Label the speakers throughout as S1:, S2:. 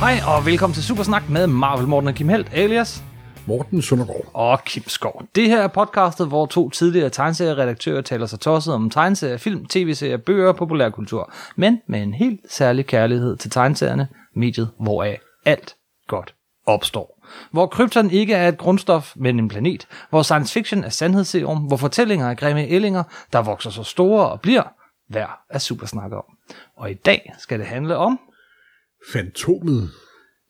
S1: mig, og velkommen til Supersnak med Marvel Morten og Kim Helt, alias
S2: Morten Søndergaard.
S1: og Kim Skov. Det her er podcastet, hvor to tidligere tegneserieredaktører taler sig tosset om tegneserier, film, tv-serier, bøger og populærkultur, men med en helt særlig kærlighed til tegneserierne, mediet, hvoraf alt godt opstår. Hvor krypton ikke er et grundstof, men en planet. Hvor science fiction er sandhedsserum. Hvor fortællinger er grimme ællinger, der vokser så store og bliver værd at supersnakke om. Og i dag skal det handle om
S2: Fantomet.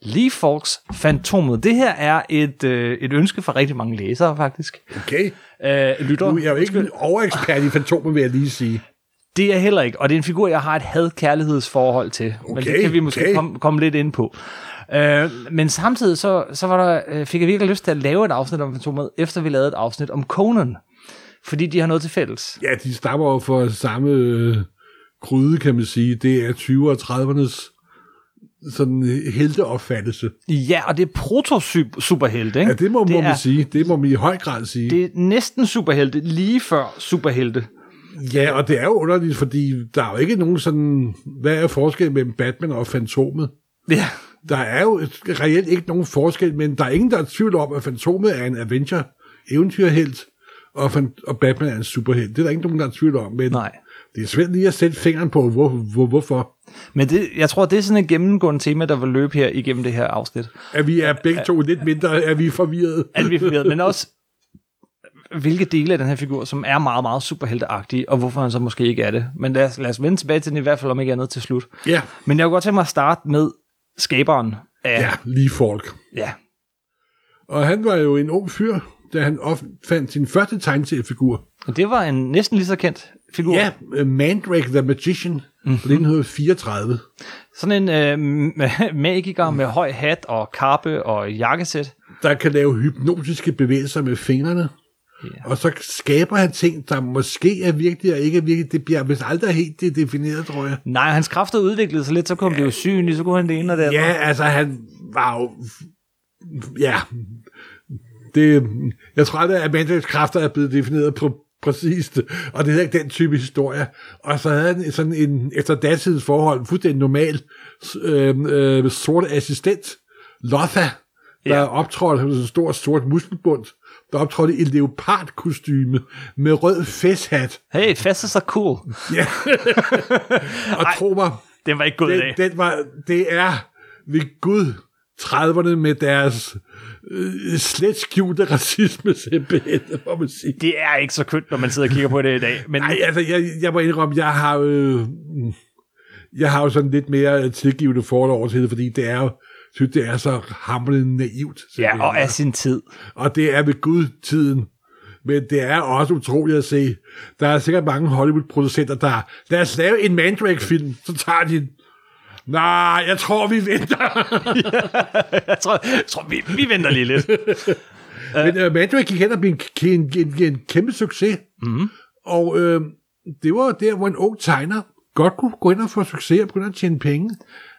S1: Lee Falks Fantomet. Det her er et, øh, et ønske fra rigtig mange læsere, faktisk.
S2: Okay.
S1: Øh, lytter.
S2: Nu er jeg jo ikke en overekspert i Fantomet, vil jeg lige sige.
S1: Det er jeg heller ikke, og det er en figur, jeg har et had-kærlighedsforhold til. Okay, men det
S2: Okay,
S1: kan vi måske
S2: okay.
S1: komme, komme lidt ind på. Øh, men samtidig så, så var der, øh, fik jeg virkelig lyst til at lave et afsnit om Fantomet, efter vi lavede et afsnit om Conan. Fordi de har noget til fælles.
S2: Ja, de stammer jo fra samme øh, gryde, kan man sige. Det er 20'erne og 30'ernes sådan øh, helteopfattelse.
S1: Ja, og det er proto-superhelte, ikke?
S2: Ja, det må, det må
S1: er,
S2: man sige. Det må man i høj grad sige. Det...
S1: Det er næsten superhelte, lige før superhelte.
S2: Ja, og det er jo underligt, fordi der er jo ikke nogen sådan... Hvad er forskellen mellem Batman og Fantomet?
S1: Ja,
S2: Der er jo reelt ikke nogen forskel, men der er ingen, der er i tvivl om, at Fantomet er en Avenger eventyrhelt, og, fan- og Batman er en superhelt. Det er der ikke nogen, der er i tvivl om, men
S1: nej.
S2: det er svært lige at sætte fingeren på, hvor, hvor, hvorfor.
S1: Men det, jeg tror, det er sådan et gennemgående tema, der vil løbe her igennem det her afsnit.
S2: At vi er begge to lidt mindre, at vi er forvirrede.
S1: At vi er forvirret, men også hvilke dele af den her figur, som er meget, meget superhelteagtige, og hvorfor han så måske ikke er det. Men lad os, lad os vende tilbage til den i hvert fald, om ikke andet til slut.
S2: Ja,
S1: Men jeg kunne godt tænke mig at starte med skaberen af...
S2: ja, lige folk.
S1: ja.
S2: Og han var jo en ung fyr, da han opfandt sin første tegneseriefigur.
S1: Og det var en næsten lige så kendt figur.
S2: Ja, øh, Mandrake the Magician mm-hmm. fra 1934.
S1: Sådan en øh, ma- magiker med høj hat og kappe og jakkesæt.
S2: der kan lave hypnotiske bevægelser med fingrene.
S1: Ja.
S2: Yeah. Og så skaber han ting, der måske er virkelige og ikke er virkelige. Det bliver vist aldrig helt det defineret, tror jeg.
S1: Nej, hans kræfter udviklede sig lidt, så kom ja. det jo synligt, så kunne han det ene og det andet.
S2: Ja, altså han var jo... Ja. Det, jeg tror aldrig, at Mandrake's kræfter er blevet defineret på præcist, og det er ikke den type historie. Og så havde han sådan en, efter datidens forhold, fuldstændig normal øh, øh, sort assistent, Lotha, der
S1: Ja.
S2: ja. optrådte som sådan en stor sort muskelbund, der optrådte i leopardkostyme med rød fæshat.
S1: Hey, fast er så cool.
S2: Ja. og tro mig,
S1: Den var ikke god i dag.
S2: den, den var, det er ved Gud 30'erne med deres øh, slet skjulte racisme simpelthen, må man sige.
S1: Det er ikke så kønt, når man sidder og kigger på det i dag. Men
S2: Ej, altså, jeg, jeg må indrømme, jeg har øh, jeg har jo sådan lidt mere øh, tilgivende forhold over til det, fordi det er jo, synes, det er så hamrende naivt.
S1: ja, og
S2: simpelthen.
S1: af sin tid.
S2: og det er ved Gud-tiden. Men det er også utroligt at se. Der er sikkert mange Hollywood-producenter, der lad os lave en Mandrake-film, så tager de den. Nej, jeg tror, vi venter.
S1: Jeg tror, jeg tror vi, vi venter lige lidt.
S2: Men øh, Mandrake gik hen og blev en, en, en, en kæmpe succes. Mm-hmm. Og øh, det var der, hvor en ung tegner godt kunne gå ind og få succes og begynde at tjene penge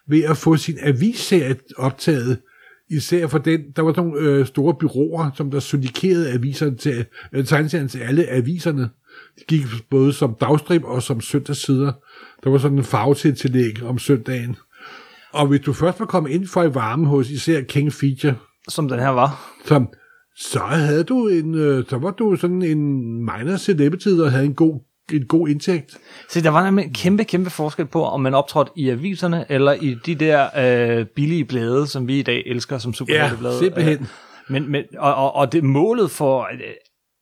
S2: ved at få sin avisserie optaget. Især for den, der var sådan nogle øh, store byråer, som der syndikerede aviserne til, øh, tegneserien til alle aviserne. De gik både som dagstrip og som søndagssider. Der var sådan en farvetillæg om søndagen. Og hvis du først var kommet ind for i varmen hos især King Feature,
S1: Som den her var.
S2: så, så havde du en, øh, så var du sådan en minor celebrity, der havde en god, en god indtægt.
S1: Se, der var nemlig en kæmpe, kæmpe forskel på, om man optrådte i aviserne, eller i de der øh, billige blade, som vi i dag elsker som superhelteblade.
S2: simpelthen.
S1: Øh, Men, men, og, og, og det målet for øh,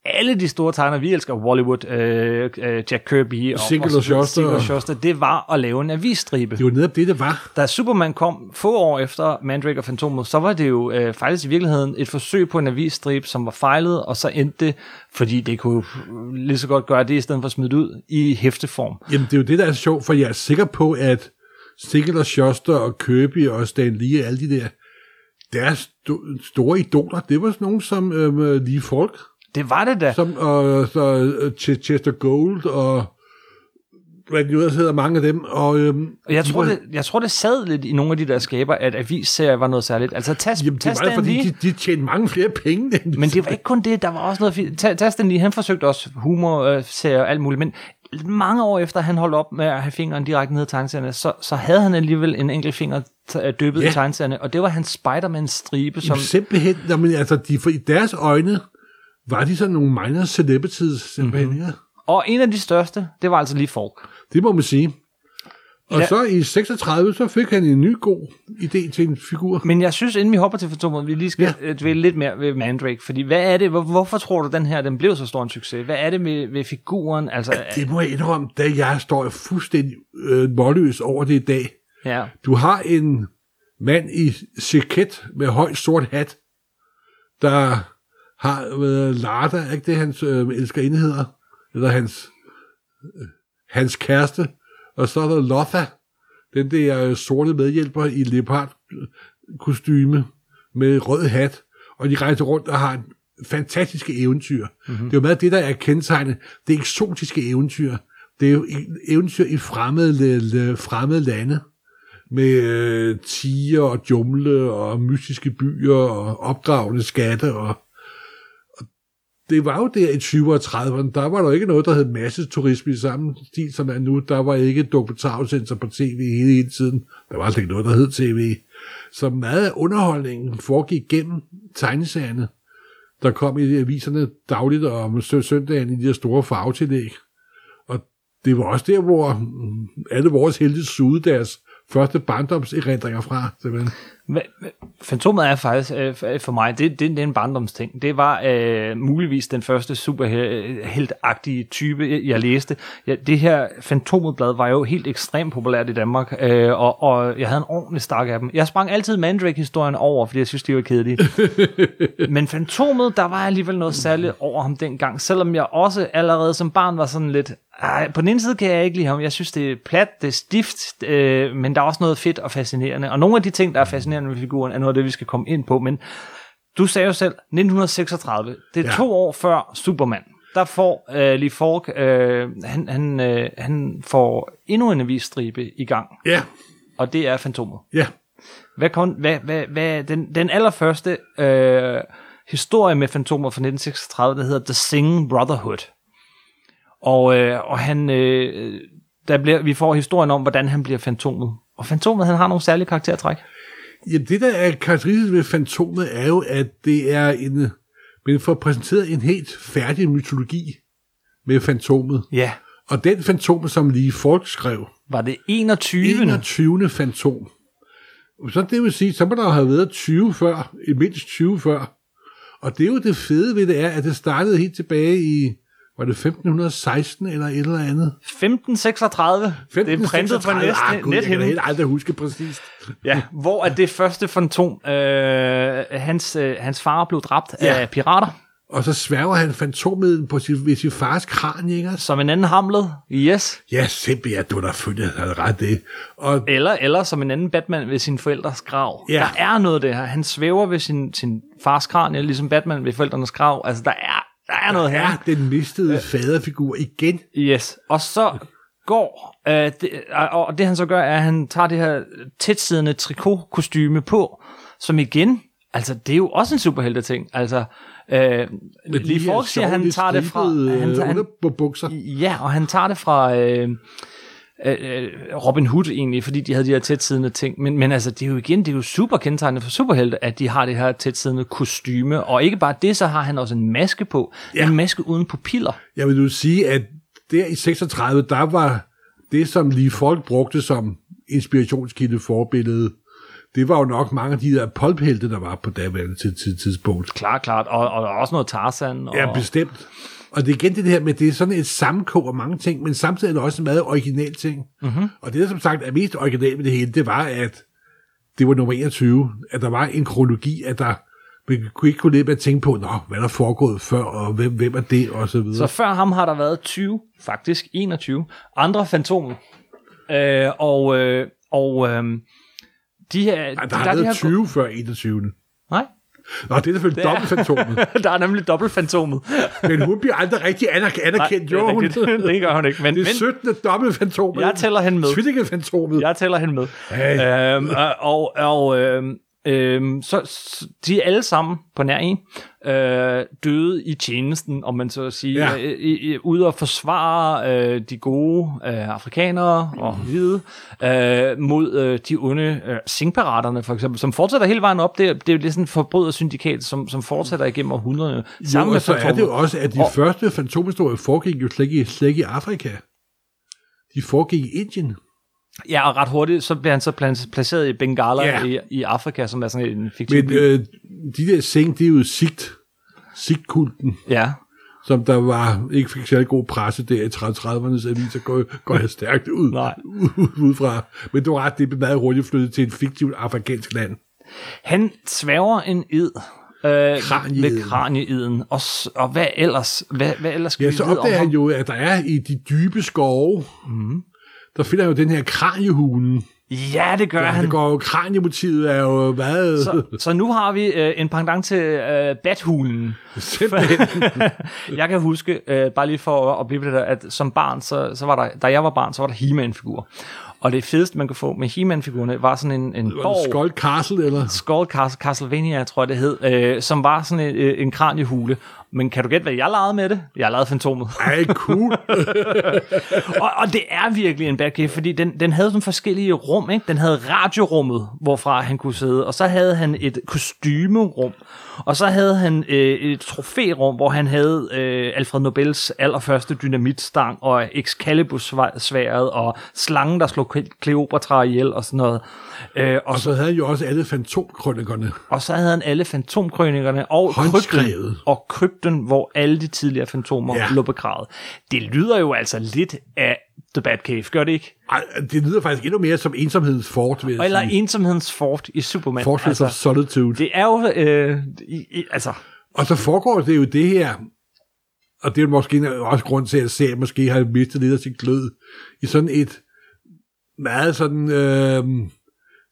S1: alle de store tegner, vi elsker, Hollywood, øh, øh, Jack Kirby og,
S2: Siegel og Shuster.
S1: Siegel og Shuster, det var at lave en avisstribe.
S2: Det var netop det, det var.
S1: da Superman kom få år efter Mandrake og Fantomet, så var det jo øh, faktisk i virkeligheden et forsøg på en avisstrip, som var fejlet, og så endte det, fordi det kunne øh, lige så godt gøre det, i stedet for at smide det ud i hæfteform.
S2: Jamen, det er jo det, der er sjovt, for jeg er sikker på, at Siegel og Schuster og Kirby og Stan Lee og alle de der, deres sto- store idoler, det var sådan nogen som øh, lige folk,
S1: Det var det da.
S2: som og, så, øh, Ch- Chester Gold og hvad de nu ellers hedder, mange af dem. Og, øhm,
S1: Og jeg
S2: de
S1: tror,
S2: var-
S1: det, jeg tror, det sad lidt i nogle af de der skaber, at avisserier var noget særligt. Altså, tag,
S2: Jamen,
S1: tag
S2: det var da,
S1: Stan
S2: fordi
S1: Lee.
S2: de, de tjente mange flere penge. end-
S1: Men det var ikke kun det, der var også noget... fi- Tag, tag Stan Lee, han forsøgte også humor, øh, serier og alt muligt, men mange år efter han holdt op med at have fingeren direkte ned i tegneserierne, så, så havde han alligevel en enkelt finger t- øh, dyppet
S2: Ja.
S1: i tegneserierne, og det var hans Spider-Man-stribe, som...
S2: Som... Simpelthen, jamen, altså, de, for i deres øjne var de sådan nogle minor celebrities, simpelthen. Mm-hmm. Ja.
S1: Og en af de største, det var altså lige Falk.
S2: Det må man sige. Og
S1: Ja.
S2: ja. så i 36, så fik han en ny god idé til en figur.
S1: Men jeg synes, inden vi hopper til Fantomet, vi lige skal ja. dvæle lidt mere ved Mandrake, fordi hvad er det, hvor, hvorfor tror du, den her den blev så stor en succes? Hvad er det med, ved figuren? Altså,
S2: Det må jeg indrømme, da jeg står fuldstændig øh, målløs over det i dag.
S1: ja.
S2: Du har en mand i cirket med høj sort hat, der har øh, Larda, er ikke det hans øh, elskerinde hedder? Eller hans, øh, hans kæreste. Og så er der Lotha, den der øh, sorte medhjælper i leopard kostyme med rød hat. Og de rejser rundt og har en fantastiske eventyr. Mm-hmm. Det er jo meget det, der er kendetegnet. Det er eksotiske eventyr. Det er jo e- eventyr i fremmede, le- le- fremmede lande med øh, tiger og jumle og mystiske byer og opgravende skatte. Og, og det var jo der i 20'erne og 30'erne, der var der jo ikke noget, der hed masseturisme i samme stil som er nu. Der var ikke dokumentarudsendelser på tv hele, hele tiden. Der var altså ikke noget, der hed tv. Så meget af underholdningen foregik gennem tegneserierne, der kom i aviserne dagligt og om sø- søndagen i de her store farvetillæg det var også der, hvor mm, alle vores helte sugede deres første barndomserindringer fra. Simpelthen.
S1: Hva- hva- Fantomet er faktisk øh, f- øh, for mig, det, det, det er en barndomsting. Det var øh, muligvis den første superheltagtige type, jeg- jeg læste. Ja, det her Fantomet-blad var jo helt ekstremt populært i Danmark, øh, og, og jeg havde en ordentlig stak af dem. Jeg sprang altid Mandrake-historien over, fordi jeg synes, de var kedelige. Men Fantomet, der var alligevel noget særligt over ham dengang, selvom jeg også allerede som barn var sådan lidt, "Ej, på den ene side kan jeg ikke lide ham, jeg synes det er plat, det er stift, øh, men der er også noget fedt og fascinerende, og nogle af de ting, der er fascinerende ved figuren, er noget af det, vi skal komme ind på, men du sagde jo selv, 1936, det er ja.
S2: Ja.
S1: to år før Superman, der får øh, Lee Falk, øh, han, han, øh, han får endnu en avisstribe i gang,
S2: Ja,
S1: og det er Fantomet.
S2: ja.
S1: Hvad kom, hvad, hvad, hvad, den, den allerførste øh, historie med fantomer fra 1936, der hedder The Singing Brotherhood. Og, øh, og han, øh, der bliver, vi får historien om, hvordan han bliver fantomet. Og fantomet, han har nogle særlige karaktertræk.
S2: Jamen, det, der er karakteristisk ved fantomet, er jo, at det er en... Men får præsenteret en helt færdig mytologi med fantomet.
S1: Ja.
S2: Og den fantom, som lige folk skrev,
S1: Var det 21.
S2: 21. fantom. Så det vil sige, så må der jo have været 20 før, i mindst 20 før. Og det er jo det fede ved det er, at det startede helt tilbage i, var det 1516 eller et eller andet?
S1: 1536. 15, det er printet på
S2: 1536. Ah,
S1: næsten
S2: Gud, jeg kan da
S1: nethinden.
S2: helt aldrig huske præcist.
S1: Ja, hvor er det første fantom, øh, hans, øh, hans far blev dræbt ja.
S2: Ja.
S1: af pirater,
S2: Og så sværger han fantomeden på sin, ved sin fars kran, ikke? også?
S1: som en anden hamlede. Yes.
S2: Ja, simpelthen, ja, du har da følt, han ret det. Og
S1: Eller, eller som en anden Batman ved sin forældres grav.
S2: Ja.
S1: Der er noget af det her. Han svæver ved sin, sin fars kranie, ligesom Batman ved forældrenes grav. Altså, der er, der er noget her.
S2: er den mistede faderfigur igen.
S1: Yes. Og så går, øh, det, og og det han så gør, er, at han tager det her tætsiddende trikotkostyme på, som igen, altså det er jo også en superhelteting. Altså, øh, lige folk siger, at han tager det fra... Han,
S2: Han,
S1: han,
S2: under på bukser.
S1: Ja, og han tager det fra øh, øh, øh, Robin Hood egentlig, fordi de havde de her tætsidende ting. Men, men altså, det er jo igen, det er jo super kendetegnende for superhelte, at de har det her tætsidende kostyme. Og ikke bare det, så har han også en maske på. Ja.
S2: Ja.
S1: En maske uden pupiller.
S2: Jeg vil nu sige, at der i 36, der var det, som lige folk brugte som inspirationskilde forbillede, det var jo nok mange af de der polphelte, der var på daværende tid- tid- tidspunkt.
S1: Klart, klart. Og, og der er også noget Tarzan. Og,
S2: Ja, bestemt. Og det er igen det her med, det er sådan et sammenkog af mange ting, men samtidig er det også en meget original ting.
S1: Mhm.
S2: Mm-hmm. Og det, der som sagt er mest originalt med det hele, det var, at det var nummer 21, at der var en kronologi, at der man kunne ikke kunne lide med at tænke på, Nå, hvad er der foregået før, og hvem, hvem er det, og så videre.
S1: Så før ham har der været 20, faktisk 21, andre fantomer. Øh, og øh, og øh, de her...
S2: Ej, der har været
S1: de her-
S2: 20 før 21.
S1: Nej,
S2: Nå, det er selvfølgelig
S1: Det er-
S2: dobbeltfantomet.
S1: der er nemlig dobbeltfantomet.
S2: Men hun bliver aldrig rigtig anerk- anerkendt, jo. Hun.
S1: det, er rigtigt. det gør hun ikke. Men,
S2: Det
S1: men,
S2: er 17. dobbeltfantomet.
S1: Jeg tæller hende med.
S2: Tvillingefantomet.
S1: Jeg tæller hende med.
S2: Hey.
S1: Øhm, og og, og øhm, Øhm, så, så de er alle sammen på nær en øh, døde i tjenesten, om man så at sige,
S2: Ja.
S1: ja. øh, i- i- ude og forsvare øh, de gode øh, afrikanere og
S2: Mm.
S1: hvide øh, mod øh, de onde øh, singparaterne for eksempel, som fortsætter hele vejen op. Det, er- det er jo lidt sådan et forbrydersyndikat, som, som fortsætter igennem århundrederne.
S2: Jo,
S1: Sammen
S2: og så er det jo også, at de
S1: Og-
S2: første fantomhistorier foregik jo slet ikke, slet ikke i Afrika. De foregik i Indien.
S1: Ja, og ret hurtigt, så bliver han så plan- placeret i Bengala
S2: Ja.
S1: yeah. i, i Afrika, som er sådan en fiktiv
S2: Men
S1: by.
S2: øh, de der seng, det er jo sigt, sigtkulten,
S1: Ja.
S2: som der var, ikke fik særlig god presse der i 30'ernes aviser, går, går jeg stærkt ud,
S1: Nej.
S2: ud fra. Men du har ret, det blev meget hurtigt flyttet til et fiktivt afrikansk land.
S1: Han sværger en id. Øh,
S2: Kranieeden.
S1: Med kranieeden. Og, s- og hvad ellers? Hvad, hvad ellers skal
S2: Ja,
S1: vi
S2: så
S1: vide om
S2: opdager han
S1: ham?
S2: jo, at der er i de dybe skove, mm. der finder han jo den her kraniehulen.
S1: Ja, det gør ja,
S2: Ja,
S1: han.
S2: det går jo, kraniemotivet er jo hvad?
S1: Så, så nu har vi øh, en pendant til øh, bathulen.
S2: Simpelthen.
S1: jeg kan huske, øh, bare lige for at- at blive ved det der, at som barn, så, så var der, da jeg var barn, så var der He-Man-figurer. Og det fedeste, man kunne få med He-Man-figurerne, var sådan en, en
S2: Var det
S1: borg,
S2: Skull Castle, eller?
S1: Skull Castle, Castlevania, tror jeg det hed, øh, som var sådan en, øh, en kraniehule. Men kan du gætte, hvad jeg legede med det? Jeg legede fantomet.
S2: Ej, cool.
S1: og, og det er virkelig en bad cave, fordi den, den havde sådan forskellige rum, ikke? Den havde radiorummet, hvorfra han kunne sidde, og så havde han et kostymerum, og så havde han øh, et trofærum, hvor han havde øh, Alfred Nobels allerførste dynamitstang, og Excalibur-sværet, og slangen, der slog Kle- Kleopatra ihjel, og sådan noget. Øh, og,
S2: Og så havde han jo også alle fantomkrønnikerne.
S1: og så havde han alle fantomkrøningerne og
S2: Håndskrevet.
S1: krypten, og krypten, hvor alle de tidligere fantomer
S2: Ja.
S1: ja. lå begravet. Det lyder jo altså lidt af The Bad Cave, gør det ikke?
S2: Ej, det lyder faktisk endnu mere som ensomhedens fort, vil jeg
S1: Eller
S2: sige.
S1: ensomhedens fort i Superman.
S2: Fortress of
S1: altså,
S2: Solitude.
S1: det er jo... Øh, i, i, altså,
S2: Og så foregår det jo det her, og det er måske en- også grund til, at serien måske har mistet lidt af sin glød, i sådan et meget sådan øh,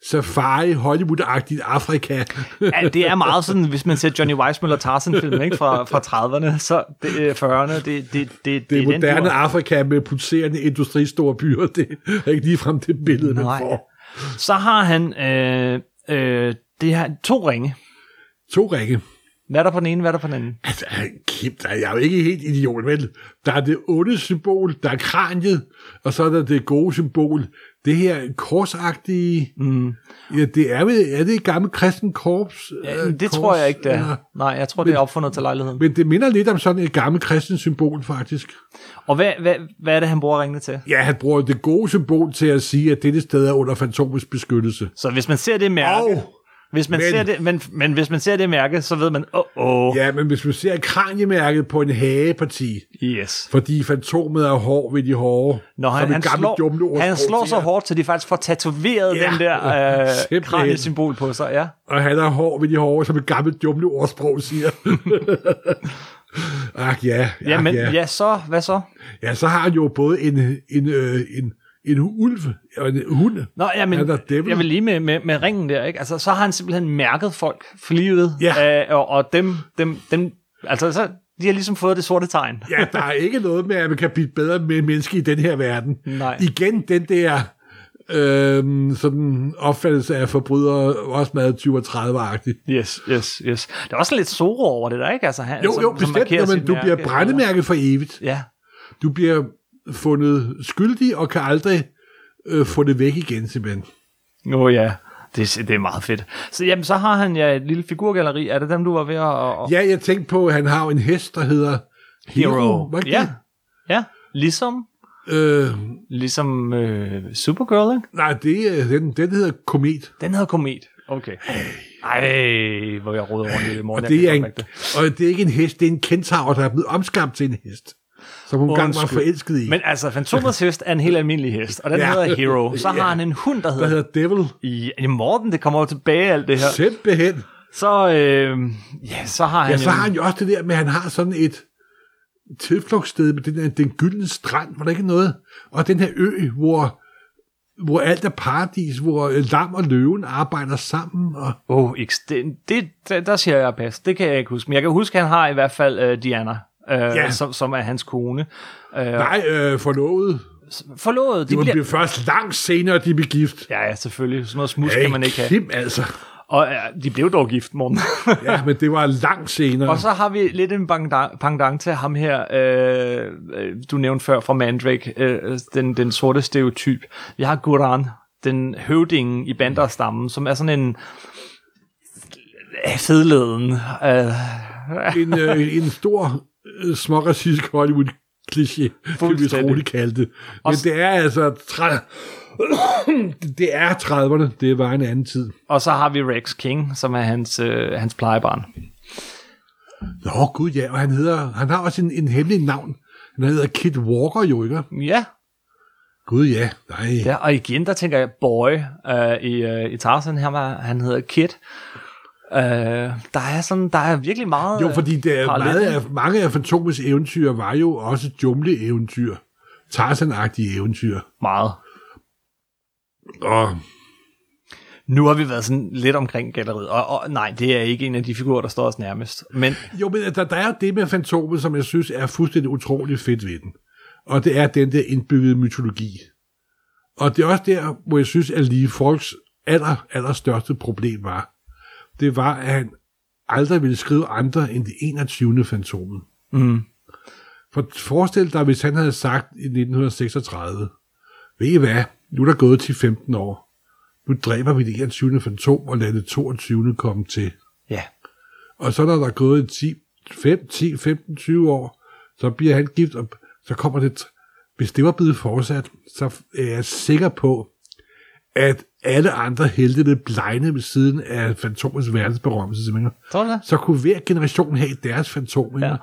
S2: safari Hollywood-agtigt Afrika.
S1: ja, det er meget sådan, hvis man ser Johnny Weissmuller Tarzan-film ikke, fra, fra 30'erne, så det, øh, 40'erne, det, det, det, det,
S2: Det
S1: er den
S2: moderne
S1: dur.
S2: Afrika med pulserende industristore byer, det er ikke ligefrem det billede, man
S1: Nej.
S2: får.
S1: Så har han øh, øh, det her, to ringe.
S2: To række.
S1: Hvad er der på den ene, hvad er der på den anden?
S2: Altså, Kim, der, jeg er jo ikke helt idiot, vel? Der er det onde symbol, der er kraniet, og så er der det gode symbol. Det her korsagtige... Mm. Ja, det er, vel, er det et gammelt kristen korps?
S1: Ja,
S2: øh,
S1: men det
S2: kors?
S1: tror jeg ikke, det er.
S2: Eller-
S1: Nej, jeg tror, det er opfundet til lejligheden.
S2: Men det minder lidt om sådan et gammelt kristen symbol, faktisk.
S1: Og hvad, hvad, hvad er det, han bruger ringene til?
S2: Ja, han bruger det gode symbol til at sige, at dette sted er under fantomets beskyttelse.
S1: Så hvis man ser det mærke,
S2: Og,
S1: hvis man
S2: men-
S1: men, ser det, men, men hvis man ser det mærke, så ved man, åh, oh, oh,
S2: ja, men hvis man ser kraniemærket på en hageparti,
S1: yes.
S2: fordi fantomet er hård ved de hårde,
S1: Når han,
S2: som et
S1: han,
S2: gammelt
S1: slår,
S2: jumleordsprog
S1: han slår så
S2: siger.
S1: hårdt, så de faktisk får tatoveret
S2: Ja,
S1: ja, den der
S2: simpelthen.
S1: øh, kraniesymbol på sig. Ja.
S2: og han er hård ved de hårde, som et gammelt jumle ordsprog siger. Ach ja, ach,
S1: Ja, men,
S2: ja.
S1: ja. ja, så, hvad så?
S2: ja, så har han jo både en, en, øh, en, en ulv og en hund.
S1: Nå, ja, men,
S2: Han er devil.
S1: jeg vil lige med, med, med ringen der, ikke? Altså, så har han simpelthen mærket folk for livet,
S2: Ja.
S1: øh, og, og dem, dem, dem, altså, så, de har ligesom fået det sorte tegn.
S2: Ja, der er ikke noget med, at man kan blive et bedre med menneske i den her verden.
S1: Nej.
S2: Igen den der øh, sådan opfattelse af forbrydere, også meget 20 og 30-agtigt.
S1: Yes, yes, yes. Der er også lidt soro over det der, ikke? Altså, han,
S2: Jo, jo, bestemt,
S1: markerer
S2: jo, men
S1: sit
S2: du
S1: mærke,
S2: bliver brændemærket for evigt.
S1: Ja,
S2: Du bliver fundet skyldig og kan aldrig øh, få det væk igen, simpelthen.
S1: Åh oh, ja, det, er- det er meget fedt. Så, jamen, så har han ja et lille figurgalleri. Er det dem, du var ved at... Og,
S2: Ja, jeg tænkte på, at han har jo en hest, der hedder Hero. Var det
S1: Ja, ja. Ligesom,
S2: det? Øh,
S1: ligesom øh, Supergirl, ikke?
S2: nej, det, er- den, den hedder Komet.
S1: Den hedder Komet. Okay. Ej, hvor jeg råder rundt i det i morgen.
S2: Og
S1: Jeg kan
S2: det, er en,
S1: ikke opmærke
S2: og det er ikke en hest, det er en kentaur, der er blevet omskabt til en hest. Som hun engang var
S1: Undskyld.
S2: forelsket i.
S1: Men altså, Fantomets hest er en helt almindelig hest, og den
S2: Ja.
S1: ja. hedder Hero. Så har
S2: Ja.
S1: han en hund, der
S2: der
S1: hedder...
S2: hedder Devil.
S1: I, i Morten, det kommer jo tilbage alt det her.
S2: Simpelthen.
S1: Så, øh, ja, så har han
S2: Ja,
S1: jo-
S2: så har han jo også det der med, at han har sådan et tilflugtssted med den, der, den gyldne strand, hvor der ikke er noget. Og den her ø, hvor, hvor alt er paradis, hvor øh, lam og løven arbejder sammen. Og,
S1: Åh, oh, det, det, der- der siger jeg pas. Det kan jeg ikke huske. Men jeg kan huske, at han har i hvert fald uh, Diana, uh,
S2: Ja.
S1: ja. som, som er hans kone. Uh,
S2: nej, øh, forlovet.
S1: forlovet, de
S2: Det
S1: bliver...
S2: bliver først langt senere, de blev gift.
S1: Ja, ja, selvfølgelig. Sådan noget smus kan man ikke have.
S2: Kim, altså.
S3: Og ja, de blev dog gift, Morten.
S2: Ja, men det var langt senere.
S1: Og så har vi lidt en pangdang pangdang til ham her, øh, øh, du nævnte før fra Mandrake, øh, den, den sorte stereotyp. Vi har Guran, den høvdingen i banderstammen, som er sådan en fedleden. Øh,
S2: en, øh, en stor øh, småracistisk Hollywood kliché, kan vi
S1: Fuldstændig.
S2: troligt kalde det. Men
S1: s-
S2: det er altså 30... det er 30'erne, det var en anden tid.
S1: og så har vi Rex King, som er hans, øh, hans plejebarn.
S2: Nå gud ja, og han, hedder, han har også en, en hemmelig navn. Han hedder Kid Walker jo, ikke?
S1: Ja,
S2: Gud ja, nej.
S1: ja og igen der tænker jeg, Boy øh, i, øh, i Tarzan, han, var, han hedder Kid. Øh, der er sådan, der er virkelig meget...
S2: Jo,
S1: øh,
S2: fordi det er
S1: parallelt.
S2: meget af, mange af Fantomets eventyr var jo også jumle-eventyr. Tarzan-agtige eventyr.
S1: Meget.
S2: Og
S1: Nu har vi været sådan lidt omkring galleriet, og, og nej, det er ikke en af de figurer, der står os nærmest. Men
S2: Jo, men altså, der, der er jo det med fantomet, som jeg synes er fuldstændig utroligt fedt ved den. Og det er den der indbyggede mytologi. Og det er også der, hvor jeg synes, at lige folks aller, aller største problem var. Det var, at han aldrig ville skrive andre end det 21. fantomet.
S1: mm,
S2: For forestil dig, hvis han havde sagt i 1936, ved I hvad, nu er der gået til 15 år. Nu dræber vi det 21. fantom og lader det 22. komme til.
S1: ja,
S2: Og så når der er gået 10, 5, 10, 15, 20 år, så bliver han gift, og så kommer det... Hvis det var blevet fortsat, så er jeg sikker på, at alle andre helte det blegne ved siden af fantomets verdensberømmelse. simpelthen.
S1: tror du det?
S2: Så kunne hver generation have deres fantom. ikke?
S1: Ja.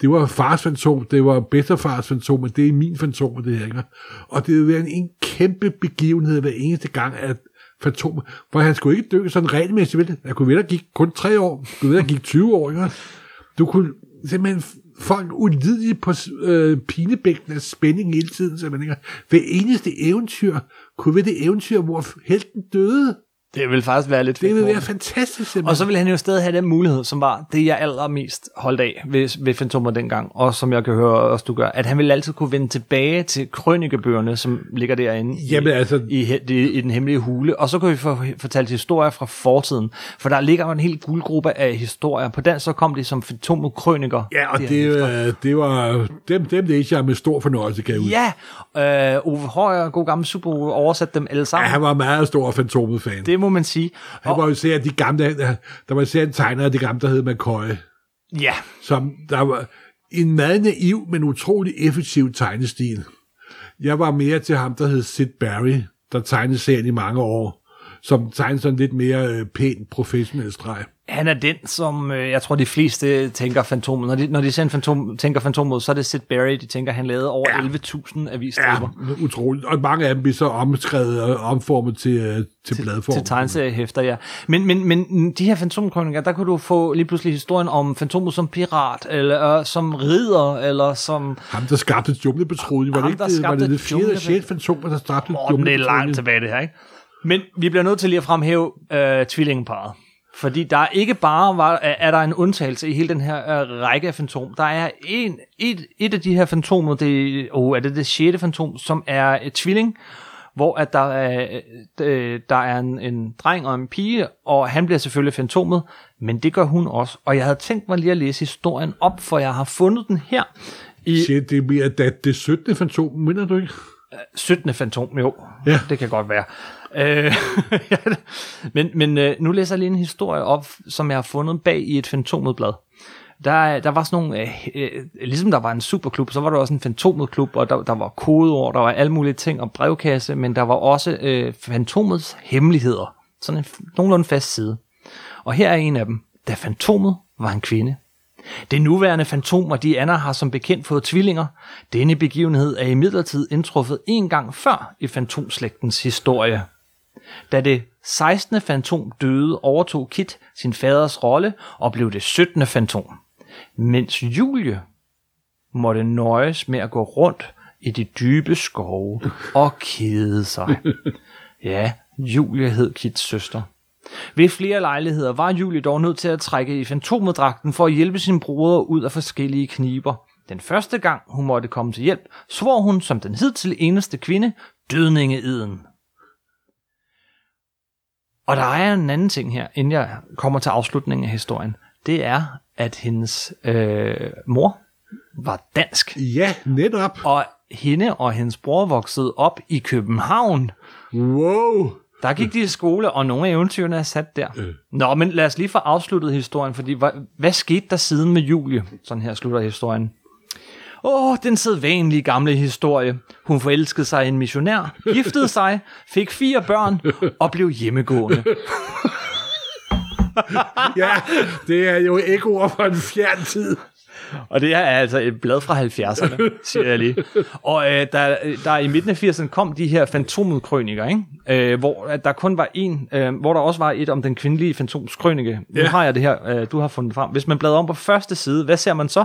S2: Det var fars fantom, det var bedstefars fantom, men det er min fantom, og det her. Ikke? Og det ville være en, en kæmpe begivenhed hver eneste gang, at fantom, for han skulle ikke dykke sådan regelmæssigt, vel? Han kunne ved, der gik kun tre år, du ved, der gik 20 år, ikke? Du kunne simpelthen f- folk ulidelige på s- øh, pinebækken af spænding hele tiden, simpelthen, ikke? Hver eneste eventyr kunne være det eventyr, hvor helten døde.
S1: Det vil faktisk være lidt
S2: Det
S1: fedt,
S2: ville være
S1: Morten.
S2: fantastisk, simpelthen.
S1: Og så vil han jo stadig have den mulighed, som var det, jeg allermest holdt af ved, ved Fantomer dengang, og som jeg kan høre også, du gør, at han vil altid kunne vende tilbage til krønikebøgerne, som ligger derinde
S2: Jamen,
S1: i,
S2: altså-
S1: i, he- i, i den hemmelige hule, og så kan vi få fortalt historier fra fortiden, for der ligger jo en hel guldgruppe af historier. På den så kom de som Fantomet krøniker.
S2: Ja, og det, øh, det var dem, dem læste jeg med stor fornøjelse, kan jeg ud.
S1: Ja, øh, Ove Højer, god gammel super oversat dem alle
S2: Ja,
S1: sammen. Ja,
S2: han var meget stor Fantomet-fan.
S1: det må man sige.
S2: Han
S1: Og,
S2: var jo især de gamle, der var især en tegner af det gamle, der hed McCoy,
S1: ja,
S2: som der var en meget naiv, men utrolig effektiv tegnestil. Jeg var mere til ham, der hed Sid Barry, der tegnede serien i mange år, som tegnede sådan lidt mere øh, pænt professionel streg.
S1: han er den, som øh, jeg tror, de fleste tænker fantomet. Når de, når de ser en fantom, tænker fantomet, så er det Sid Barry, de tænker, han lavede over ja. 11.000
S2: Ja,
S1: avisstriber
S2: utroligt. Og mange af dem blev så omskrevet og omformet til, øh, til, til
S1: ja.
S2: bladform.
S1: til tegnseriehæfter, ja. Men, men, men de her fantomkrønninger, der kunne du få lige pludselig historien om fantomet som pirat, eller øh, som ridder, eller som...
S2: Ham, der skabte junglepatruljen, var det
S1: Ham,
S2: ikke
S1: der
S2: det, var
S1: skabte
S2: det, det fjerde og
S1: junglepatruljen.
S2: sjette fantomer, der skabte
S1: Morten, det er langt
S2: junglepatruljen?
S1: tilbage, det her, ikke? Men vi bliver nødt til lige at fremhæve øh, tvillingeparet. Fordi der er ikke bare var, er- er der en undtagelse i hele den her øh, række af fantom. Der er en, et, et af de her fantomer, det, oh, er det det sjette fantom, som er et tvilling, hvor at der, er, øh, der er en, en dreng og en pige, og han bliver selvfølgelig fantomet, men det gør hun også. Og jeg havde tænkt mig lige at læse historien op, for jeg har fundet den her i
S2: Shit, det er mere, det, det 17. fantom, minder du ikke?
S1: 17. fantom, jo.
S2: Ja.
S1: Det kan godt være. Øh, ja, men men øh, nu læser jeg lige en historie op, som jeg har fundet bag i et fantomet blad. Der, er- der var sådan nogle, øh, øh, ligesom der var en superklub, så var der også en fantomet klub, og der, der var kodeord, der var alle mulige ting og brevkasse, men der var også øh, fantomets hemmeligheder. Sådan en f- nogenlunde fast side. Og her er en af dem. Da fantomet var en kvinde. Det nuværende fantom og Diana har som bekendt fået tvillinger. Denne begivenhed er imidlertid indtruffet en gang før i fantomslægtens historie. Da det 16. fantom døde, overtog Kit sin faders rolle og blev det 17. fantom. Mens Julie måtte nøjes med at gå rundt i de dybe skove og kede sig. Ja, Julie hed Kits søster. Ved flere lejligheder var Julie dog nødt til at trække i fantomedragten for at hjælpe sin bror ud af forskellige kniber. Den første gang, hun måtte komme til hjælp, svor hun som den hidtil eneste kvinde dødningeiden. Og der er en anden ting her, inden jeg kommer til afslutningen af historien. Det er, at hendes øh, mor var dansk.
S2: Ja, netop.
S1: Og hende og hendes bror voksede op i København.
S2: Wow.
S1: Der gik de i skole, og nogle af eventyrene er sat der. Nå, men lad os lige få afsluttet historien, fordi hvad, hvad skete der siden med Julie? Sådan her slutter historien. Åh, den sædvanlige gamle historie. Hun forelskede sig i en missionær, giftede sig, fik fire børn og blev hjemmegående.
S2: Ja, det er jo ekkoer fra en fjern tid.
S1: Og det her er altså et blad fra 70'erne, siger jeg lige. Og øh, der, der i midten af 80'erne kom de her fantomudkrøniker, ikke? Øh, hvor at der kun var en, øh, hvor der også var et om den kvindelige fantomskrønike. Nu
S2: Ja.
S1: har jeg det her, øh, du har fundet frem. Hvis man bladrer om på første side, hvad ser man så?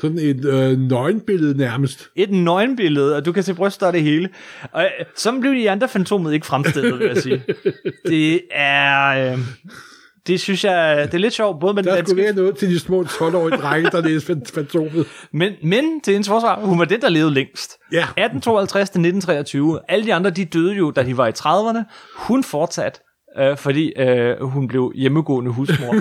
S2: Sådan et øh, nøgenbillede nærmest.
S1: Et nøgenbillede, og du kan se bryster og det hele. Og øh, sådan blev de andre fantomet ikke fremstillet, vil jeg sige. Det er... Øh, det synes jeg, det er lidt sjovt, både med den
S2: Der
S1: danske
S2: skulle være noget til de små 12-årige drenge, der læste fan- fantomet.
S1: Men, men til hendes forsvar, hun var den, der levede længst.
S2: Ja.
S1: 1852 til 1923. Alle de andre, de døde jo, da de var i 30'erne. Hun fortsat, øh, fordi øh, hun blev hjemmegående husmor.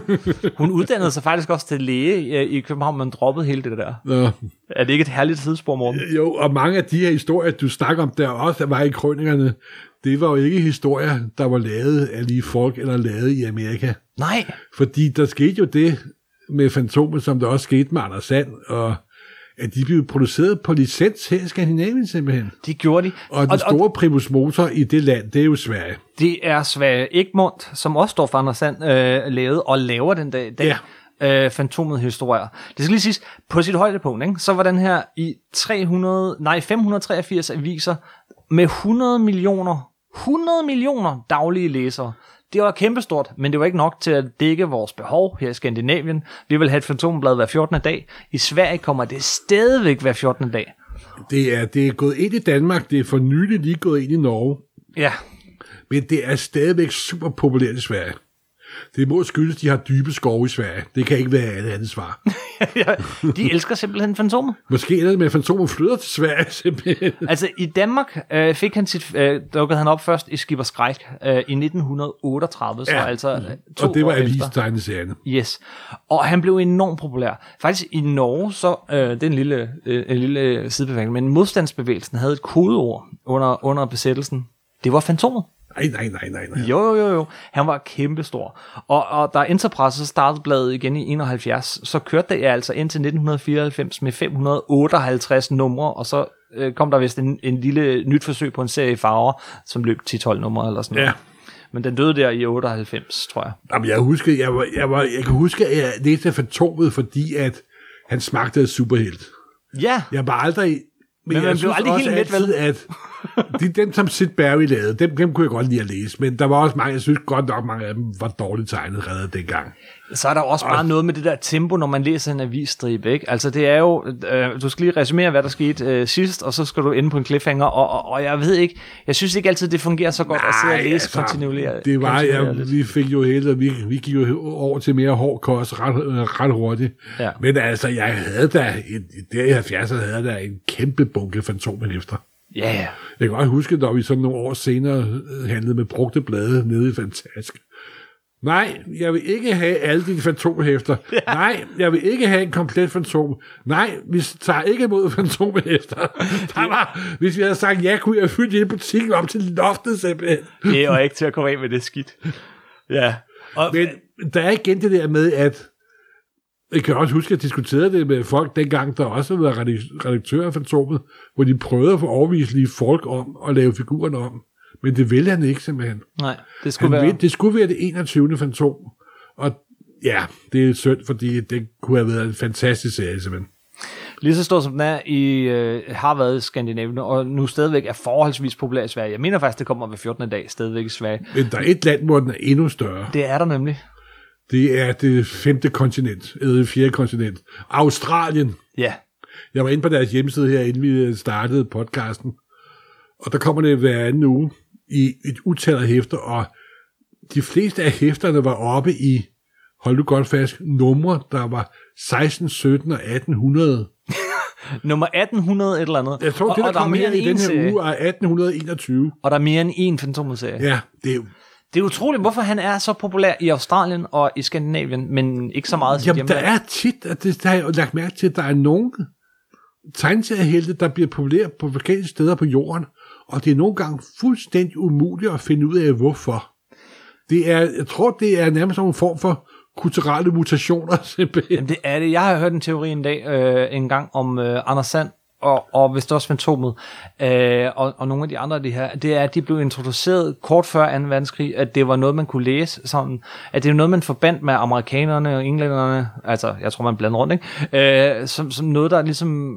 S1: hun uddannede sig faktisk også til læge øh, i København, men droppede hele det der.
S2: Nå.
S1: Er det ikke et herligt tidsspor, Morten?
S2: Jo, og mange af de her historier, du snakker om, der også var i krøningerne, det var jo ikke historier, der var lavet af lige folk eller lavet i Amerika.
S1: Nej.
S2: Fordi der skete jo det med Fantomet, som der også skete med Anders Sand, og at de blev produceret på licens her i Skandinavien simpelthen.
S1: Det gjorde de.
S2: Og den store primus motor i det land, det er jo Sverige.
S1: Det er Sverre Egmont, som også står for Anders Sand, øh, lavet og laver den dag i dag. Ja. Øh, fantomet historier. Det skal lige siges, på sit højdepunkt, ikke, så var den her i 300, nej, 583 aviser med 100 millioner, 100 millioner daglige læsere. Det var kæmpestort, men det var ikke nok til at dække vores behov her i Skandinavien. Vi vil have et fantomblad hver 14. dag. I Sverige kommer det stadigvæk hver 14. dag.
S2: Det er, det er gået ind i Danmark, det er for nylig lige gået ind i Norge,
S1: Ja,
S2: men det er stadigvæk super populært i Sverige. Det må skyldes, at de har dybe skove i Sverige. Det kan ikke være andet andet svar.
S1: de elsker simpelthen fantomet.
S2: Måske ender det med, at Fantomen flytter til Sverige simpelthen.
S1: Altså i Danmark øh, fik han sit, øh, dukkede han op først i Skipper Skræk øh, i 1938, så ja.
S2: Ja. Mm.
S1: altså øh, to
S2: Og det var
S1: år efter.
S2: avistegneserien.
S1: Yes. Og han blev enormt populær. Faktisk i Norge, så øh, det er en lille, øh, en lille sidebevægning, men modstandsbevægelsen havde et kodeord under, under besættelsen. Det var fantomet.
S2: Nej, nej, nej, nej, nej.
S1: Jo, jo, jo, jo. Han var kæmpestor. Og, og da Interpress så startede bladet igen i 71, så kørte det altså indtil 1994 med 558 numre, og så øh, kom der vist en, en lille nyt forsøg på en serie i farver, som løb 10-12 numre eller sådan
S2: Ja.
S1: noget. Men den døde der i 98, tror jeg.
S2: Jamen, jeg, husker, jeg, var, jeg, var, jeg kan huske, at jeg læste Fantomet, fordi at han smagte af superhelt.
S1: Ja,
S2: Jeg var aldrig... Men,
S1: man
S2: jeg
S1: blev
S2: synes
S1: aldrig
S2: også
S1: helt mæt, vel?
S2: altid, at de, dem, som Sid Barry lavede, dem, dem kunne jeg godt lide at læse. Men der var også mange, jeg synes godt nok, mange af dem var dårligt tegnet reddet dengang.
S1: så er der jo også bare noget med det der tempo, når man læser en avisstribe, ikke? Altså det er jo, øh, du skal lige resumere, hvad der skete øh, sidst, og så skal du ende på en cliffhanger, og, og, og jeg ved ikke, jeg synes ikke altid, det fungerer så godt at sidde og læse altså, kontinuerligt.
S2: Det var, ja,
S1: kontinuerligt.
S2: vi fik jo helt, og vi, vi gik jo over til mere hård kost ret, øh, ret hurtigt.
S1: Ja.
S2: Men altså, jeg havde da, i- der i 70'erne havde jeg da en kæmpe bunke fantomen efter.
S1: Ja, ja.
S2: Jeg kan godt huske, da vi sådan nogle år senere øh, handlede med brugte blade nede i Fantask. Nej, jeg vil ikke have alle dine fantomhæfter. Ja. Nej, jeg vil ikke have en komplet fantom. Nej, vi tager ikke imod fantomhæfter. Der var, hvis vi havde sagt ja, kunne jeg fylde hele butikken op til loftet simpelthen.
S1: Det er jo ikke til at komme af med det skidt. Ja. Og,
S2: Men der er igen det der med, at jeg kan også huske, at jeg diskuterede det med folk dengang, der også var redak- redaktører af Fantomet, hvor de prøvede at få overvislige folk om at lave figurerne om. Men det ville han ikke simpelthen.
S1: nej, det skulle
S2: Han
S1: være...
S2: ville, det skulle være det 21. Fantom. Og ja, det er synd, fordi det kunne have været en fantastisk serie simpelthen.
S1: Lige så stor som den er i, øh, har været i Skandinavien, og nu stadigvæk er forholdsvis populær i Sverige. Jeg mener faktisk, det kommer hver 14. dag stadigvæk i Sverige.
S2: Men der er et land, hvor den er endnu større.
S1: Det er der nemlig.
S2: Det er det femte kontinent, eller det fjerde kontinent. Australien.
S1: Ja.
S2: Jeg var inde på deres hjemmeside her, inden vi øh, startede podcasten. Og der kommer det hver anden uge i et utal af hæfter, og de fleste af hæfterne var oppe i, hold nu godt fast, numre, der var 16, 17 og 1800.
S1: Nummer 1800 et eller andet.
S2: Jeg tror,
S1: og,
S2: det, der,
S1: og der er
S2: kom
S1: mere
S2: her
S1: end
S2: i den
S1: en
S2: her
S1: serie.
S2: uge, er 1821.
S1: Og der er mere end én fantomserie.
S2: Ja, det er jo
S1: Det er utroligt, hvorfor han er så populær i Australien og i Skandinavien, men ikke så meget i sit
S2: Jamen, der
S1: hjemland.
S2: er tit, at det der har jeg jo lagt mærke til, at der er nogen tegneseriehelte, der bliver populære på forskellige steder på jorden, og det er nogle gange fuldstændig umuligt at finde ud af, hvorfor. Det er, jeg tror, det er nærmest sådan en form for kulturelle mutationer, simpelthen.
S1: Jamen, det er det. Jeg har hørt en teori en dag, øh, en gang om øh, Anders Sand og, og vist også Fantomet, øh, og, og nogle af de andre af de her, det er, at de blev introduceret kort før 2. verdenskrig, at det var noget, man kunne læse sådan, at det er noget, man forbandt med amerikanerne og englænderne, altså, jeg tror, man blander rundt, ikke? Øh, som, som noget, der ligesom,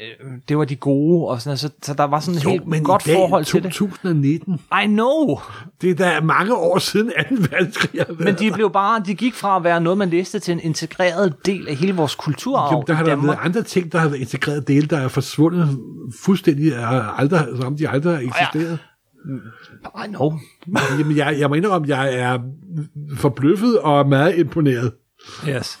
S1: øh, det var de gode, og sådan, så, så der var sådan et helt godt forhold til det.
S2: 2019,
S1: I know!
S2: det er da mange år siden 2. verdenskrig. har
S1: Men
S2: været.
S1: de blev bare, de gik fra at være noget, man læste til en integreret del af hele vores kulturarv
S2: Jamen, der har
S1: i
S2: der
S1: Danmark.
S2: været andre ting, der har været integreret dele, der er forsvundet fuldstændig, og aldrig, som de aldrig har eksisteret.
S1: I know.
S2: Jamen, jeg, jeg må indrømme, jeg er forbløffet og meget imponeret.
S1: Yes.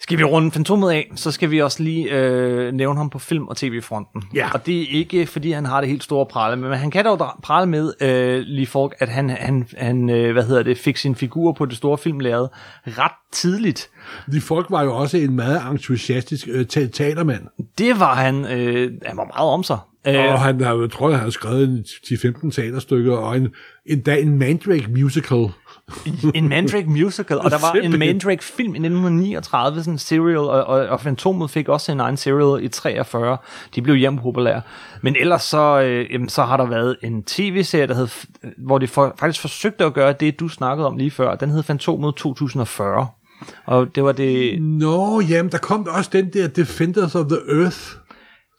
S1: Skal vi runde Fantomet af, så skal vi også lige øh, nævne ham på film- og tv-fronten.
S2: Ja.
S1: Og det er ikke, fordi han har det helt store prale, men han kan dog dra- prale med øh, lige folk, at han, han, han øh, hvad hedder det, fik sin figur på det store filmlærred ret tidligt.
S2: De folk var jo også en meget entusiastisk øh, te- teatermand,
S1: Det var han, øh, han var meget om sig. Øh,
S2: og han har jo, tror jeg, han har skrevet en 10-15 teaterstykker, og en, en dag en Mandrake musical.
S1: en Mandrake musical, og der var en
S2: Simpelthen.
S1: Mandrake film i 1939, sådan en serial, og, og, og Fantomet fik også sin egen serial i 43. De blev hjem populære. Men ellers så, øh, jamen, så har der været en tv-serie, der hed, f- øh, hvor de for, faktisk forsøgte at gøre det, du snakkede om lige før. Den hed Fantomet 2040. Og det var det,
S2: Nå, jamen, der kom også den der Defenders of the Earth,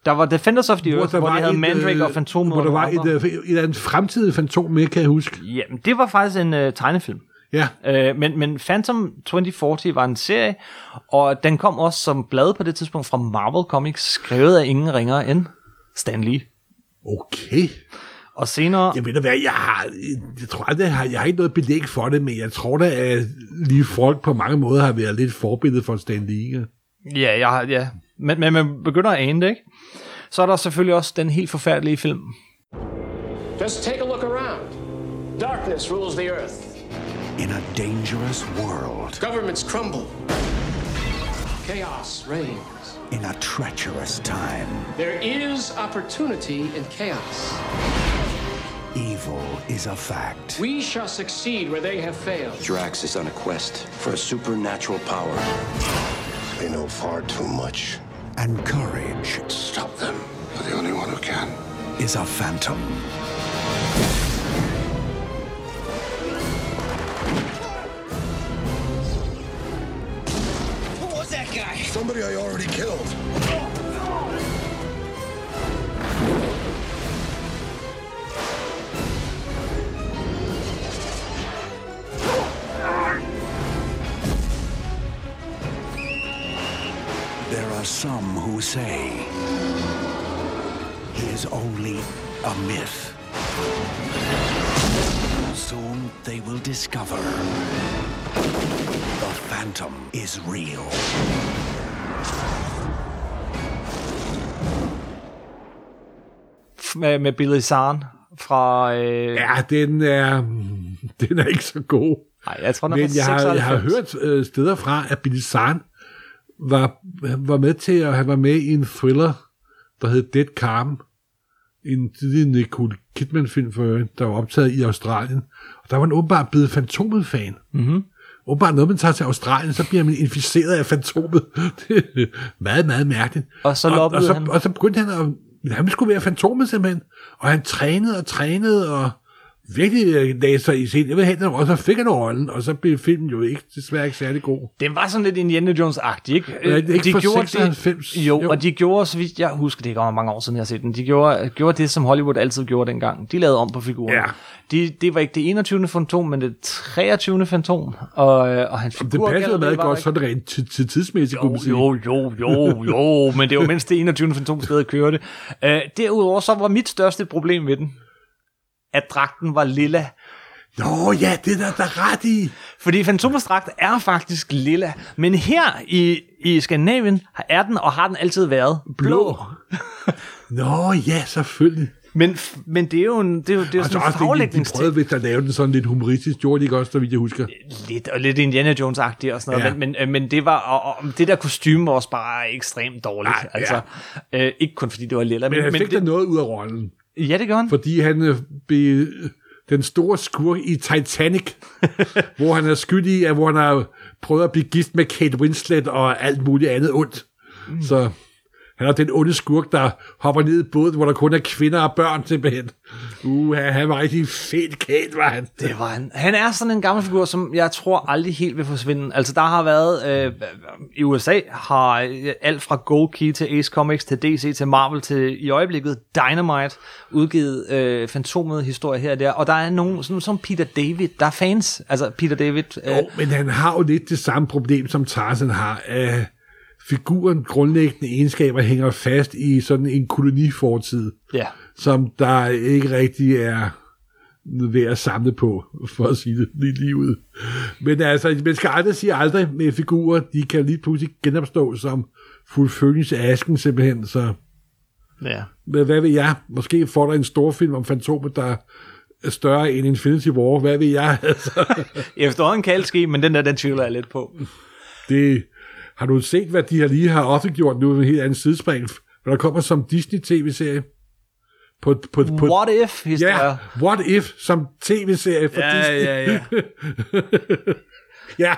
S1: der var Defenders of the Earth, hvor, de havde
S2: et,
S1: Mandrake
S2: øh,
S1: og Fantomet.
S2: Hvor der
S1: og
S2: var
S1: andre.
S2: et, øh, et, et, andet fremtidigt fantom med, kan jeg huske.
S1: Jamen, det var faktisk en øh, tegnefilm.
S2: Ja,
S1: Øh, men, men Phantom 2040 var en serie, og den kom også som blad på det tidspunkt fra Marvel Comics, skrevet af ingen ringere end Stan Lee.
S2: okay.
S1: Og senere...
S2: Jeg ved da hvad, jeg har, jeg tror aldrig, jeg har, jeg har ikke noget belæg for det, men jeg tror da, at lige folk på mange måder har været lidt forbillede for Stan Lee. ikke?
S1: Ja, jeg, har- ja. Men, men man begynder at ane det, ikke? Så er der selvfølgelig også den helt forfærdelige film.
S4: Just take a look around. Darkness rules the earth.
S5: in a dangerous world,
S4: Governments crumble. Chaos reigns.
S5: in a treacherous time.
S4: There is opportunity in chaos.
S5: Evil is a fact.
S4: We shall succeed where they have failed.
S6: Drax is on a quest for a supernatural power. They know far too much.
S5: And courage
S6: Stop them. You're the only one who can.
S5: is a phantom.
S6: Somebody I already killed.
S5: There are some who say he is only a myth. Soon they will discover the phantom is real.
S1: f- Med, med Billy Zahn fra... Øh,
S2: Ja, den er, den er ikke så god.
S1: Nej, jeg tror, den er
S2: Men
S1: fra
S2: jeg har, jeg har
S1: 96.
S2: hørt øh, steder fra, at Billy Zahn var, var med til, at han var med i en thriller, der hed Dead Calm. En tidlig Nicole Kidman-film, for øvrigt, der var optaget i Australien. Og der var han åbenbart blevet fantomet-fan. Mm-hmm.
S1: Mhm.
S2: Åbenbart, når man tager til Australien, så bliver man inficeret af fantomet. Det er meget, meget mærkeligt.
S1: Og så
S2: og, og,
S1: loppede
S2: så,
S1: han.
S2: og så begyndte han at... Han skulle være fantomet simpelthen. Og han trænede og trænede og virkelig øh, lagde sig i scenen. Jeg ved hen, og så fik han rollen, og så blev filmen jo ikke, desværre ikke særlig god.
S1: Den var sådan lidt Indiana Jones-agtig, ikke?
S2: Ja, ikke fra
S1: gjorde
S2: 96.
S1: Det, jo,
S2: Jo.
S1: jo, og de gjorde, så vidt jeg husker, det er ikke om mange år siden, jeg har set den, de gjorde, gjorde det, som Hollywood altid gjorde dengang. De lavede om på figuren.
S2: Ja.
S1: De, det var ikke det 21. fantom, men det 23. fantom, og, øh, og hans figur...
S2: Det passer jo
S1: gælder,
S2: meget
S1: var
S2: godt,
S1: der
S2: sådan rent ti- ti- tidsmæssigt, kunne man
S1: ikke?
S2: sige.
S1: Jo, jo, jo, jo, men det var mindst det 21. fantom stadig kørte. Øh, derudover så var mit største problem ved den, at dragten var lilla.
S2: Nå ja, det er der, der er ret i.
S1: Fordi Fantomas dragt er faktisk lilla, men her i, i Skandinavien er den, og har den altid været, blå.
S2: Nå ja, selvfølgelig.
S1: Men, f- men det er jo, en, det er jo, det er jo
S2: Altså
S1: sådan en
S2: også, det, de, de
S1: faglægningsting.
S2: prøvede vist at lave den sådan lidt humoristisk, gjorde de ikke også, så vidt jeg husker.
S1: lidt, og lidt Indiana Jones-agtigt og sådan noget,
S2: Ja.
S1: ja. men, men, øh, men det var, og, og det der kostume var også bare ekstremt dårligt,
S2: Nej, ja.
S1: altså, øh, ikke kun fordi det var lilla,
S2: Men
S1: men,
S2: han
S1: men,
S2: fik da
S1: det,
S2: noget ud af rollen,
S1: ja, det gjorde han.
S2: fordi han øh, blev den store skurk i Titanic, hvor han er skyldig af, hvor han har prøvet at blive gift med Kate Winslet og alt muligt andet ondt. Mm. Så han er den onde skurk, der hopper ned i båden, hvor der kun er kvinder og børn simpelthen. Uh, han var rigtig fedt Kate, var han.
S1: Mm. Det var han. Han er sådan en gammel figur, som jeg tror aldrig helt vil forsvinde. Altså, der har været... Øh, I USA har øh, alt fra Gold Key til Ace Comics til DC til Marvel til i øjeblikket Dynamite udgivet øh, fantomet historie her og der. Og der er nogen, sådan som Peter David, der er fans. Altså, Peter David... Øh,
S2: Jo, men han har jo lidt det samme problem, som Tarzan har. Uh, figuren grundlæggende egenskaber hænger fast i sådan en kolonifortid,
S1: ja.
S2: som der ikke rigtig er ved at samle på, for at sige det lige lige ud. Men altså, man skal aldrig sige aldrig med figurer. De kan lige pludselig genopstå som fuldfølgelse af asken simpelthen, så
S1: ja.
S2: men hvad ved jeg? Måske får der en stor film om fantomet, der er større end Infinity War. Hvad ved jeg? Altså.
S1: Efterhånden kan alt ske, men den der, den tvivler jeg lidt på.
S2: Det, har du set, hvad de her lige har offentliggjort nu med en helt anden sidespring? Hvad der kommer som Disney-tv-serie? På, på, på,
S1: What if-historier.
S2: Ja, What If som tv-serie for
S1: Ja,
S2: Disney.
S1: ja, ja.
S2: ja,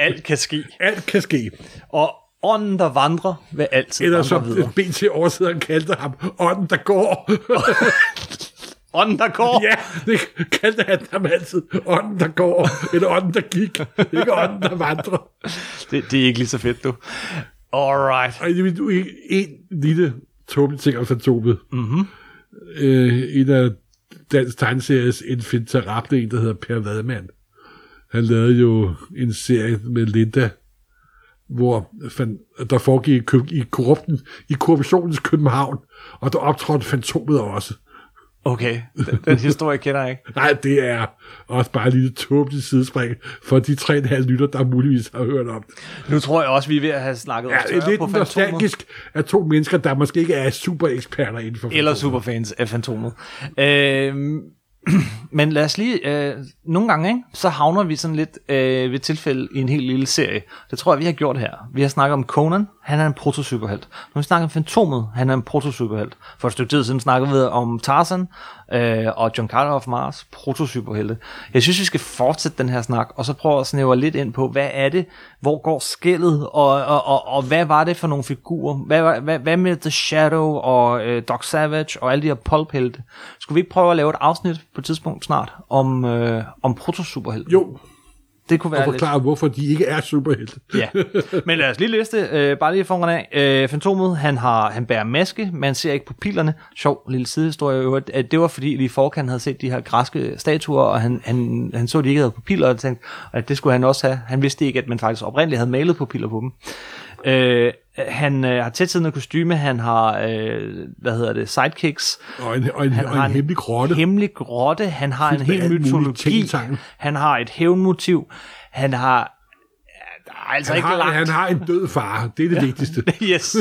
S1: Alt kan ske.
S2: alt kan ske.
S1: Og ånden, der vandrer, vil altid
S2: Eller
S1: vandre
S2: som
S1: videre.
S2: BT oversideren kaldte ham, ånden der går.
S1: Ånden, der går.
S2: ja, det kaldte han ham altid. Ånden der går, eller ånden der gik. Ikke ånden der vandrer.
S1: Det, det er ikke lige så fedt, du. Alright.
S2: Og jeg vil nu en, en lille tåbelig ting om fantomet. Mm-hmm. Øh, en af dansk tegneseries infinterapte, en der hedder Per Vademand. Han lavede jo en serie med Linda, hvor fan, der foregik i, køb, i, korrupten, i korruptionens København, og der optrådte fantomet også.
S1: Okay, den, den historie kender jeg ikke.
S2: Nej, det er også bare en lille tåbelig sidespring for de 3,5 lytter, der muligvis har hørt om det.
S1: Nu tror jeg også, vi er ved at have snakket os
S2: Ja, det er
S1: tørre
S2: lidt
S1: på fantomet.
S2: nostalgisk af to mennesker, der måske ikke er super eksperter inden for
S1: Eller
S2: fantomet.
S1: superfans af fantomet. Øhm, men lad os lige... Øh, nogle gange, ikke, så havner vi sådan lidt øh, ved tilfælde i en helt lille serie. Det tror jeg, vi har gjort her. Vi har snakket om Conan. Han er en protosuperhelt. Nu har vi snakket om Fantomet. Han er en protosuperhelt. For et stykke tid siden snakkede vi om Tarzan øh, og John Carter of Mars. Protosuperhelte. Jeg synes, vi skal fortsætte den her snak, og så prøve at snævre lidt ind på, hvad er det? Hvor går skillet? Og, og, og, og hvad var det for nogle figurer? Hvad, var- hvad, hvad med The Shadow og øh, Doc Savage og alle de her pulphelte? Skulle vi ikke prøve at lave et afsnit på et tidspunkt snart om, øh, om protosuperhelte?
S2: Jo,
S1: det kunne
S2: og
S1: være lidt.
S2: forklare, hvorfor de ikke er superhelte.
S1: Ja, men lad os lige liste, øh, bare lige foran af. Øh, Fantomet, han, har, han bærer maske, man ser ikke pupillerne. Sjov lille sidehistorie i øvrigt. at Det var fordi, lige i forkant havde set de her græske statuer, og han, han, han så, at de ikke havde pupiller, og tænkte, at det skulle han også have. Han vidste ikke, at man faktisk oprindeligt havde malet pupiller på dem. Øh, han øh, har tætsidende kostyme, han har, øh, hvad hedder det, sidekicks.
S2: Og en, og en,
S1: Han
S2: og en,
S1: har
S2: hemmelig grotte.
S1: Hemmelig grotte. Han har en
S2: Fyldt med
S1: hel
S2: alt muligt
S1: mytologi.
S2: tænketank.
S1: Han har et hævnmotiv. Han har... Ja, der er altså
S2: han,
S1: ikke
S2: har,
S1: langt.
S2: han har en død far. Det er det vigtigste.
S1: Yes,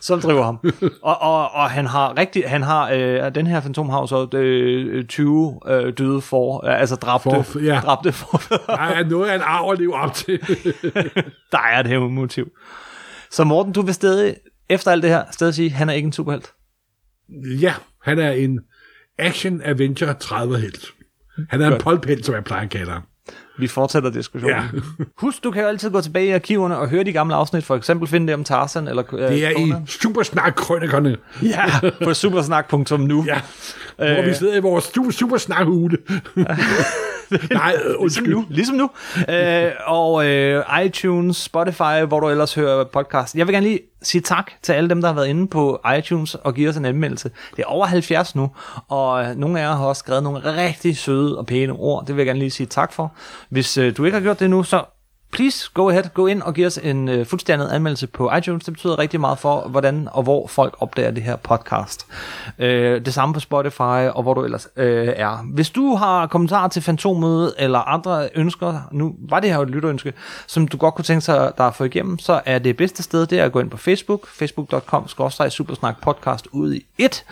S1: som driver ham. Og, og, og han har rigtig, han har, øh, den her fantom har jo så øh, 20 øh, døde for, øh, altså dræbte,
S2: For- ja.
S1: dræbte for.
S2: Der er noget af en arv at leve op til.
S1: Der er et hævnmotiv. Så Morten, du vil stadig, efter alt det her, stadig sige, han er ikke en superhelt.
S2: ja, han er en action-adventure 30-helt. Han er en polpelt, som jeg plejer at kalde ham.
S1: Vi fortsætter diskussionen.
S2: Ja.
S1: Husk, du kan jo altid gå tilbage i arkiverne og høre de gamle afsnit, for eksempel finde det om Tarzan eller øh,
S2: Det er i
S1: Conan.
S2: Supersnak-krønikerne,
S1: Ja, på supersnak.nu.
S2: ja. hvor
S1: Øh.
S2: vi sidder i vores stu- Supersnak-hule. Nej,
S1: Ligesom
S2: undskyld.
S1: nu. Ligesom nu. Øh, og øh, iTunes, Spotify, hvor du ellers hører podcast. Jeg vil gerne lige sige tak til alle dem, der har været inde på iTunes og givet os en anmeldelse. Det er over 70 nu, og øh, nogle af jer har også skrevet nogle rigtig søde og pæne ord. Det vil jeg gerne lige sige tak for. Hvis øh, du ikke har gjort det nu, så please go ahead, gå ind og giv os en øh, fuldstændig anmeldelse på iTunes. Det betyder rigtig meget for, hvordan og hvor folk opdager det her podcast. Øh, det samme på Spotify og hvor du ellers øh, er. Hvis du har kommentarer til Fantomet eller andre ønsker, nu var det her jo et lytterønske, som du godt kunne tænke sig, der er få igennem, så er det bedste sted, det er at gå ind på Facebook, facebook.com-supersnakpodcast ud i et.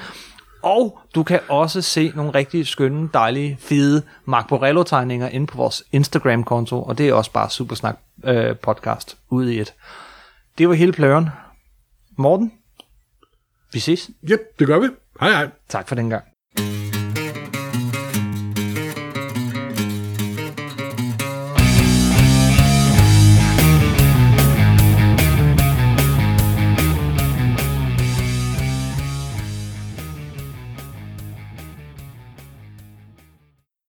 S1: Og du kan også se nogle rigtig skønne, dejlige, fede Mark Borello-tegninger inde på vores Instagram-konto, og det er også bare Supersnak øh, podcast ud i et. Det var hele pløren. Morten, vi ses.
S2: Yep, det gør vi. Hej hej.
S1: Tak for den gang.